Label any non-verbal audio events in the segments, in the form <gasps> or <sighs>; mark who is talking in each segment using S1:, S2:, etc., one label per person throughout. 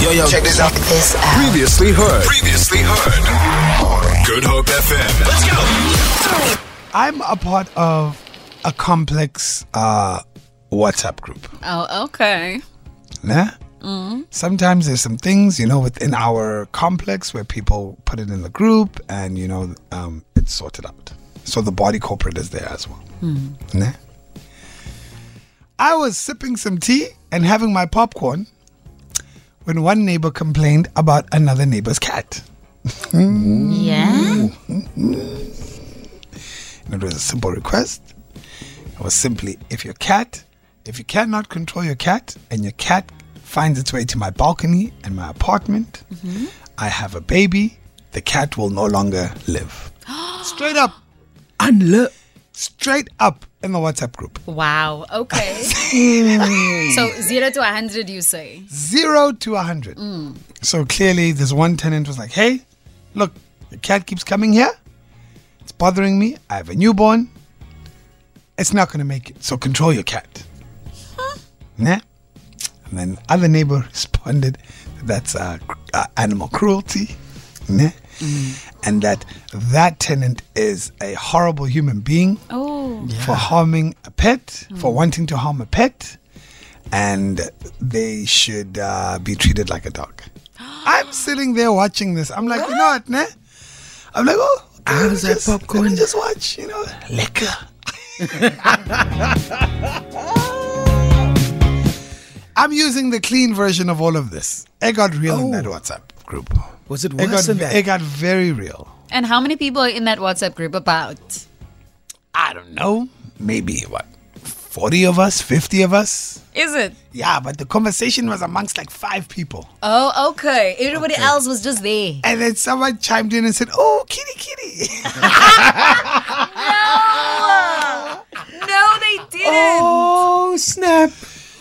S1: Yo, yo, check this out.
S2: This out.
S3: Previously heard.
S1: Previously heard. Good Hope FM. Let's go.
S4: I'm a part of a complex uh, WhatsApp group.
S5: Oh, okay. Mm-hmm.
S4: Nah? Sometimes there's some things, you know, within our complex where people put it in the group and, you know, um, it's sorted out. So the body corporate is there as well.
S5: Mm-hmm.
S4: Nah? I was sipping some tea and having my popcorn when one neighbor complained about another neighbor's cat.
S5: Yeah.
S4: And it was a simple request. It was simply if your cat, if you cannot control your cat and your cat finds its way to my balcony and my apartment, I have a baby, the cat will no longer live. Straight up. Unli- Straight up in the WhatsApp group.
S5: Wow. Okay.
S4: <laughs>
S5: so zero to hundred, you say?
S4: Zero to a 100. So clearly, this one tenant was like, hey, look, the cat keeps coming here. It's bothering me. I have a newborn. It's not going to make it. So control your cat. Nah. And then other neighbor <laughs> responded that that's uh, cr- uh, animal cruelty. Nah. And that that tenant is a horrible human being
S5: Oh.
S4: for harming a pet, for
S3: Mm.
S4: wanting to harm a pet, and they should uh, be treated like a
S3: <gasps>
S4: dog. I'm sitting there watching this. I'm like, you know what, ne? I'm like, oh, okay, let me
S3: that
S4: just, let me
S3: popcorn?
S4: just watch, you know, liquor. <laughs> I'm using the clean version of all of this. It got real in that WhatsApp group.
S3: Was it
S4: It got,
S3: Oh. worse than that?
S4: it got very real.
S5: And how many people are in that WhatsApp group? About.
S4: I don't know, maybe what, 40 of us, 50 of us?
S5: Is it?
S4: Yeah, but the conversation was amongst like five people.
S5: Oh, okay. Everybody else was just there.
S4: And then someone chimed in and said, Oh, kitty, kitty. <laughs>
S5: No, they didn't.
S3: Oh snap!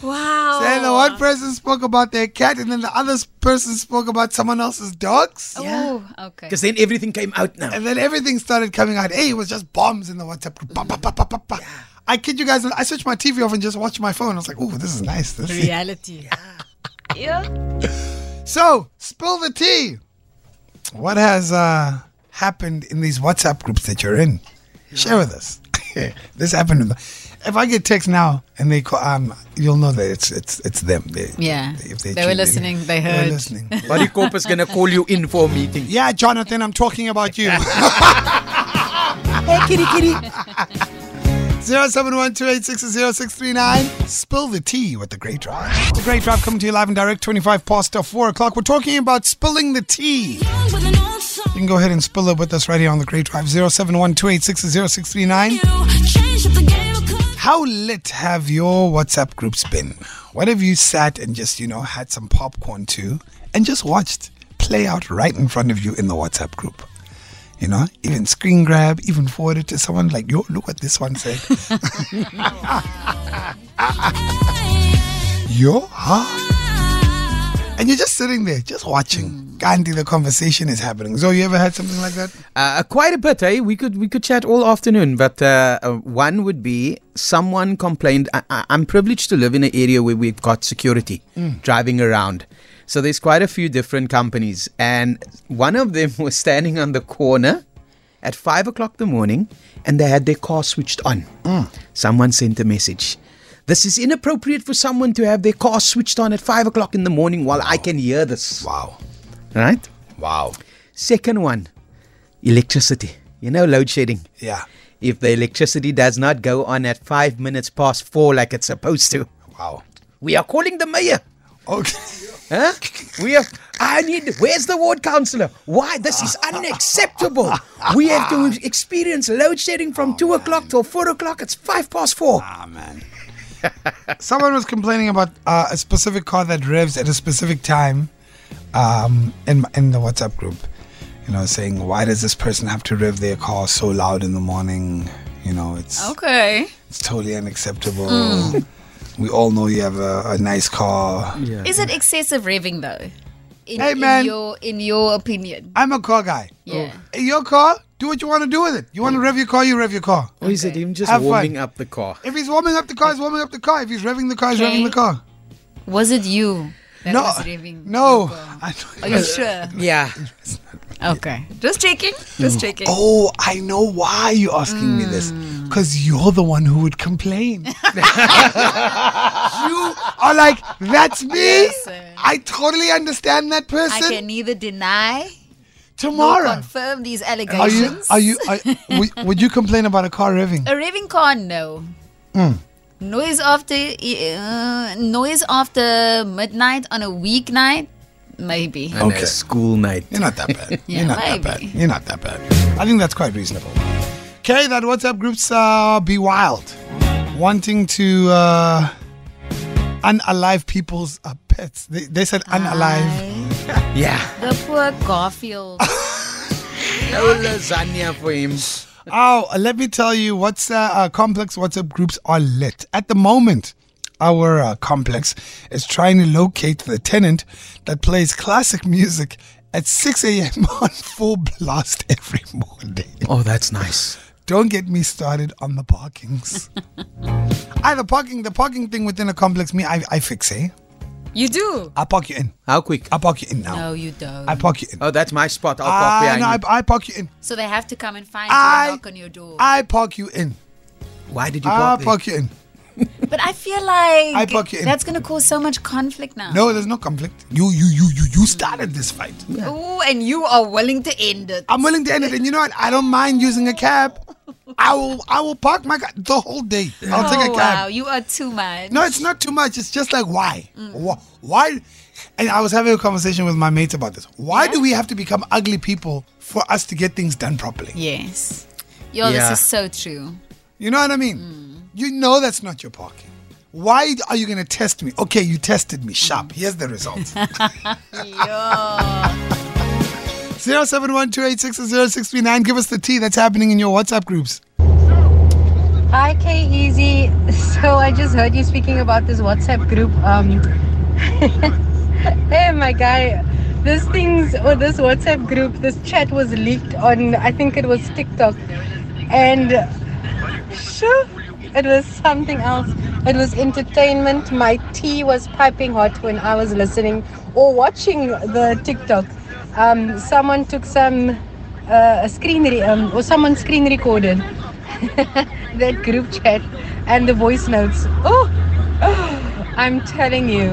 S5: Wow.
S4: and the one person spoke about their cat, and then the other person spoke about someone else's dogs.
S5: Oh, okay.
S3: Because then everything came out now.
S4: And then everything started coming out. Hey, it was just bombs in the WhatsApp group. Ba, ba, ba, ba, ba, ba. I kid you guys, not, I switched my TV off and just watched my phone. I was like, Oh, this is nice. This is-
S5: <laughs> Reality. yeah.
S4: So, spill the tea. What has uh, happened in these WhatsApp groups that you're in? Share with us. <laughs> this happened. In the, if I get text now and they call, um, you'll know that it's it's it's them. They,
S5: Yeah.
S4: if
S5: They were
S4: tuned in.
S5: listening, they
S4: They
S5: heard.
S4: were
S5: <laughs>
S4: listening.
S3: Body Corp is gonna call you in for a meeting.
S4: yeah, Jonathan, I'm talking about you. <laughs> Oh,
S3: Hey, kitty, kitty.
S4: Zero seven one two eight six zero six three nine. Spill the tea with the Great Drive. The Great Drive coming to you live and direct, 25 past 4 o'clock. We're talking about spilling the tea. You can go ahead and spill it with us right here on the Great Drive. 071 How lit have your WhatsApp groups been? What have you sat and just, you know, had some popcorn to and just watched play out right in front of you in the WhatsApp group? You know, even screen grab, even forward it to someone like, yo, look what this one said. yo, huh? And you're just sitting there, just watching. Gandhi, the conversation is happening. So, you ever had something like that?
S3: Uh, quite a bit, eh? We could we could chat all afternoon, but uh, uh, one would be someone complained. I, I, I'm privileged to live in an area where we've got security
S4: Mm.
S3: driving around, so there's quite a few different companies, and one of them <laughs> was standing on the corner at five o'clock the morning, and they had their car switched on.
S4: Mm.
S3: Someone sent a message. This is inappropriate for someone to have their car switched on at five o'clock in the morning while I can hear this.
S4: Wow.
S3: Right?
S4: Wow.
S3: Second one, electricity. You know, load shedding.
S4: Yeah.
S3: If the electricity does not go on at five minutes past four like it's supposed to,
S4: Wow.
S3: we are calling the mayor.
S4: Okay.
S3: Huh? We are. I need. Where's the ward councillor? Why? This is unacceptable. We have to experience load shedding from two o'clock till four o'clock. It's five past four.
S4: Ah, man. Someone was complaining about uh, a specific car that revs at a specific time um, in, in the WhatsApp group. You know, saying, why does this person have to rev their car so loud in the morning? You know, it's,
S5: Oh. Okay.
S4: it's totally unacceptable. We all know you have a, a nice car.
S5: Is it excessive raving though? In,
S4: Hey,
S5: in
S4: man.
S5: your
S4: Oh.
S5: in your opinion.
S4: I'm a car guy.
S5: Yeah.
S4: Your car, do what you want to do with it. You want to rev your car, you rev your car.
S3: Or is it him just
S4: Have fun.
S3: warming up the car?
S4: If he's warming up the car, he's warming up the car. If he's revving the car, he's
S5: Okay.
S4: revving the car.
S5: Was it you? That
S4: no,
S5: was raving.
S4: no.
S5: people.
S4: <laughs> I don't-
S5: Are you sure?
S3: Yeah.
S5: Okay. Just checking. Just checking.
S4: Oh, I know why you're asking me this.
S5: Hmm.
S4: Because you're the one who
S5: <laughs>
S4: would complain. you are like, that's me.
S5: Yes, sir.
S4: I totally understand that
S5: I
S4: person.
S5: can neither deny nor
S4: Tomorrow.
S5: confirm these
S4: Are you?
S5: allegations.
S4: Are you? Are, would, would you complain about a
S5: <laughs>
S4: car revving?
S5: A raving con, no.
S4: Hmm.
S5: Noise after uh, noise after midnight on a weeknight, maybe.
S3: And
S4: Okay.
S3: a school night.
S4: You're not that bad.
S5: Yeah,
S4: You're not that
S5: maybe.
S4: bad. You're not that bad. I think that's quite reasonable. Okay, that WhatsApp group's uh, be wild, wanting to uh, unalive people's uh, pets. They, they said unalive.
S5: I-
S3: Yeah.
S5: the poor Garfield.
S4: <laughs>
S3: No lasagna for him.
S4: Oh, let me tell you, what's uh, uh, complex WhatsApp groups are lit at the moment. Our uh, complex is trying to locate the tenant that plays classic music at 6 a.m. <laughs> on full blast every morning.
S3: Oh, that's nice.
S4: Don't get me started on the parkings. I the parking the parking thing within a complex. Me, I, I fix eh.
S5: you do?
S4: I park you in.
S3: How quick?
S4: I park you in now.
S5: No, you don't.
S4: I park you in.
S3: Oh, that's my spot. I'll
S4: Ah,
S3: park behind
S4: no,
S3: you.
S4: I, I park you in.
S5: so they have to come and find you
S4: I
S5: and knock on your door.
S4: I park you in.
S3: Why did you
S4: I
S3: park there?
S4: park you in.
S5: but I feel like
S4: I book you in.
S5: that's going to cause so much conflict now.
S4: No, there's no conflict. You you you you you started this fight.
S5: Ooh, and you are willing to end it.
S4: I'm willing to end it, and you know what? I don't mind using a cab. I will I will park my car the whole day. I'll take
S5: oh,
S4: a
S5: wow,
S4: cab.
S5: you are too much.
S4: No, it's not too much. It's just like why?
S5: Mm.
S4: Wh- Why? And I was having a conversation with my mates about this. Why do we have to become ugly people for us to get things done properly?
S5: Yes. Yo,
S3: Yeah.
S5: this is so true.
S4: You know what I mean? You know that's not your parking. Why are you going to test me? Okay, you tested me. Sharp. Here's the result.
S5: Yo.
S4: 0712860639. Give us the tea that's happening in your WhatsApp groups.
S2: Hi, K Easy. <laughs> So I just heard you speaking about this WhatsApp group. Um, <laughs> hey, my guy, this things or this WhatsApp group, this chat was leaked on. I think it was TikTok, and sure, it was something else. It was entertainment. My tea was piping hot when I was listening or watching the TikTok. Um, someone took some uh, a screen re- um, or someone screen recorded that group chat and the voice notes. Oh, <sighs> I'm telling you.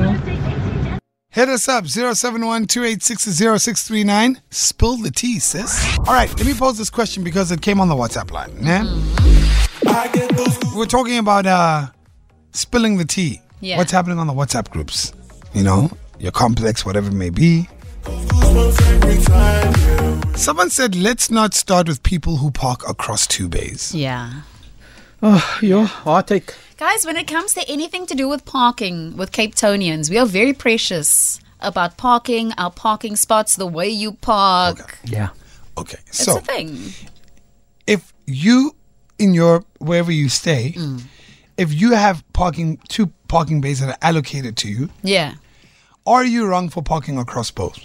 S4: Hit us up 0712860639. Spill the tea, sis. All right, let me pose this question because it came on the WhatsApp line. Yeah? We're talking about uh, spilling the tea.
S5: Yeah.
S4: What's happening on the WhatsApp groups? You know, your complex, whatever it may be. Someone said, let's not start with people who park across two bays.
S5: Yeah.
S3: Oh, your heartache.
S5: Guys, when it comes to anything to do with parking with Cape Tonians, we are very precious about parking, our parking spots, the way you park.
S3: Yeah.
S4: Okay,
S5: It's
S4: so
S5: a thing.
S4: if you in your wherever you stay, if you have parking two parking bays that are allocated to you,
S5: Yeah.
S4: are you wrong for parking across both?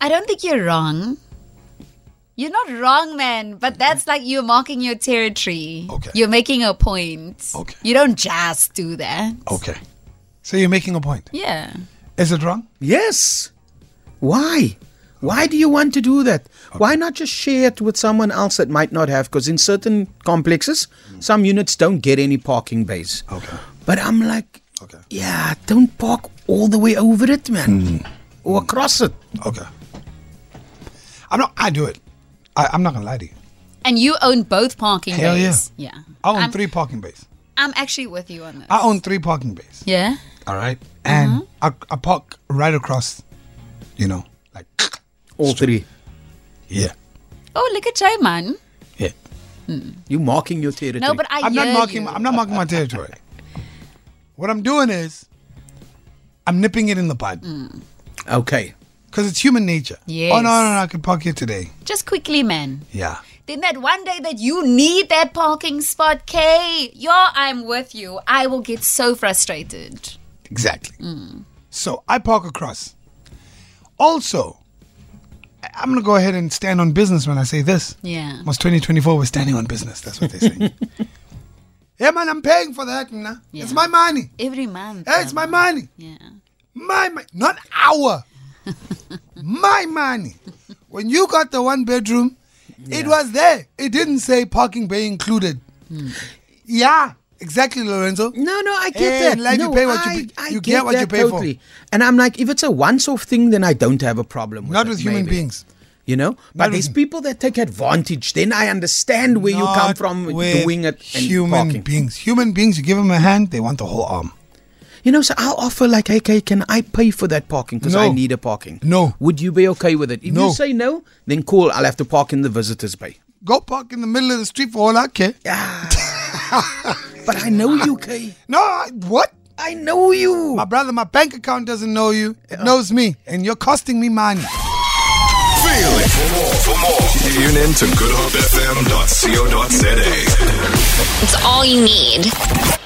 S5: I don't think you're wrong. You're not wrong, man, but that's like you're marking your territory.
S4: Okay.
S5: You're making a point.
S4: Okay.
S5: You don't just do that.
S4: Okay. So you're making a point.
S5: Yeah.
S4: Is it wrong?
S3: Yes. Why? Why do you want to do that? Why not just share it with someone else that might not have? Because in certain complexes, some units don't get any parking bays.
S4: Okay.
S3: But I'm like,
S4: Okay.
S3: yeah, don't park all the way over it, man, or across it.
S4: Okay. I'm not I do it. I, I'm not gonna lie to you.
S5: And you own both parking
S4: Hell yeah.
S5: bays. Yeah.
S4: I own
S5: I'm,
S4: three parking bays.
S5: I'm actually with you on this.
S4: I own three parking bays.
S5: yeah.
S4: All right. And I, I park right across, you know, like <clears throat>
S3: All three.
S4: yeah.
S5: Oh, look at Jay, man.
S4: Yeah.
S3: You marking your territory.
S5: No, but I
S4: I'm not
S5: hear
S4: marking.
S5: you.
S4: I'm not marking my territory. what I'm doing is, I'm nipping it in the bud
S3: okay.
S4: because it's human nature.
S5: Mm. Yes.
S4: Oh no, no, no! I can park here today.
S5: Just quickly, man.
S4: Yeah.
S5: Then that one day that you need that parking spot, Kay, yo, I'm with you. I will get so frustrated.
S4: Exactly.
S5: Mm.
S4: So I park across. Also, I- I'm gonna go ahead and stand on business when I say this.
S5: Yeah. <laughs>
S4: It was 2024. We're standing on business. That's what they say. Yeah, man, I'm paying for that. Nah.
S5: Yeah.
S4: It's my money.
S5: Every month.
S4: Yeah, it's my
S5: um,
S4: money.
S5: Yeah.
S4: My money. Not our. my money. When you got the one bedroom, it was there. It didn't say parking bay included. Yeah, exactly, Lorenzo.
S3: No, no, I get
S4: Eh,
S3: that.
S4: like you
S3: no,
S4: pay what you
S3: I,
S4: pay-
S3: I
S4: you
S3: get,
S4: get what you
S3: that
S4: pay for.
S3: totally. And I'm like, if it's a once-off thing, then I don't have a problem with
S4: Not
S3: it,
S4: with human
S3: maybe.
S4: beings.
S3: You know, but
S4: with
S3: there's
S4: hum-
S3: people that take advantage. Then I understand where you come
S4: Not
S3: from with
S4: with
S3: doing it and
S4: human
S3: parking.
S4: beings. Human beings, you give them a hand, they want the whole arm.
S3: You know, so I'll offer like, hey, okay, can I pay for that parking because I
S4: No.
S3: need a parking?
S4: No.
S3: Would you be okay with it? If you
S4: No.
S3: say no, then cool. I'll have to park in the visitors bay.
S4: <laughs> Go park in the middle of the street for all I care.
S3: Yeah. but I know you, Kay.
S4: No, I, what?
S3: I know you.
S4: My brother, my bank account doesn't know you. It knows me, and you're costing me money.
S1: Feel it. For more, for more, tune in to goodhopefm.co.za.
S6: It's all you need.